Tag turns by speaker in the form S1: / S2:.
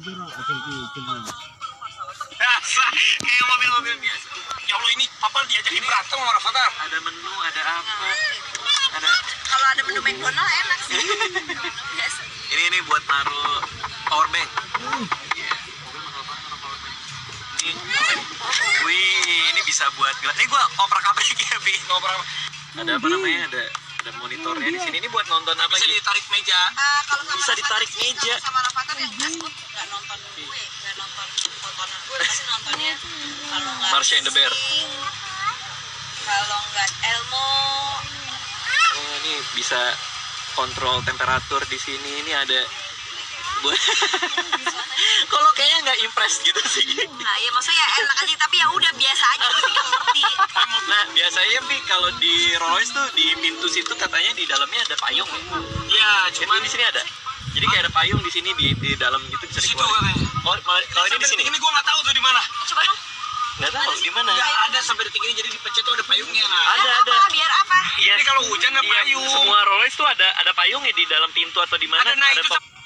S1: Zero. Oke, oke, coba.
S2: kayak mobil-mobil biasa ya Allah ini apa diajakin berantem sama Rafathar ada menu ada apa ada Iya.
S3: Kalau ada menu McDonald enak sih. Biasa.
S2: ini ini buat naruh power bank ini apa ini? wih ini bisa buat gelas ini gua oprak abrik ya Bi. oprak ada apa namanya ada ada monitornya
S3: Iya.
S2: di sini ini buat nonton apa gitu? bisa ditarik meja
S3: Ah, kalau sama
S2: Bisa
S3: Rafathar
S2: ditarik
S3: sih,
S2: meja.
S3: Sama, kan sama Rafathar yang asbut nggak nonton gue, nggak nonton tontonan gue, pasti nontonnya kalau nggak
S2: Marsha and the Bear
S3: kalau nggak Elmo,
S2: Oh, ini bisa kontrol temperatur di sini. Ini ada buat kalau kayaknya nggak impress gitu sih.
S3: nah ya maksudnya enak aja tapi ya udah biasa aja gue sih nggak ngerti.
S2: Nah, biasanya Bi kalau di Rolls tuh di pintu situ katanya di dalamnya ada payung ya. Iya, cuma di sini ada. Jadi kayak ada payung di sini di di dalam gitu bisa
S4: Situ
S2: dikeluarin.
S4: katanya.
S2: Oh, malah- kalau ini di sini. Nah.
S4: Ini gua nggak tahu tuh di mana.
S3: Coba dong.
S2: Nggak tahu di mana.
S4: Nggak ada sampai detik ini jadi dipencet tuh ada payungnya. Nah.
S2: Ada ada.
S3: Apa? Biar apa?
S2: Iya.
S4: Jadi kalau hujan ada
S2: Iya,
S4: payung.
S2: Semua Rolls tuh ada ada payungnya di dalam pintu atau di mana.
S4: Ada nah itu
S2: pop-
S4: tuh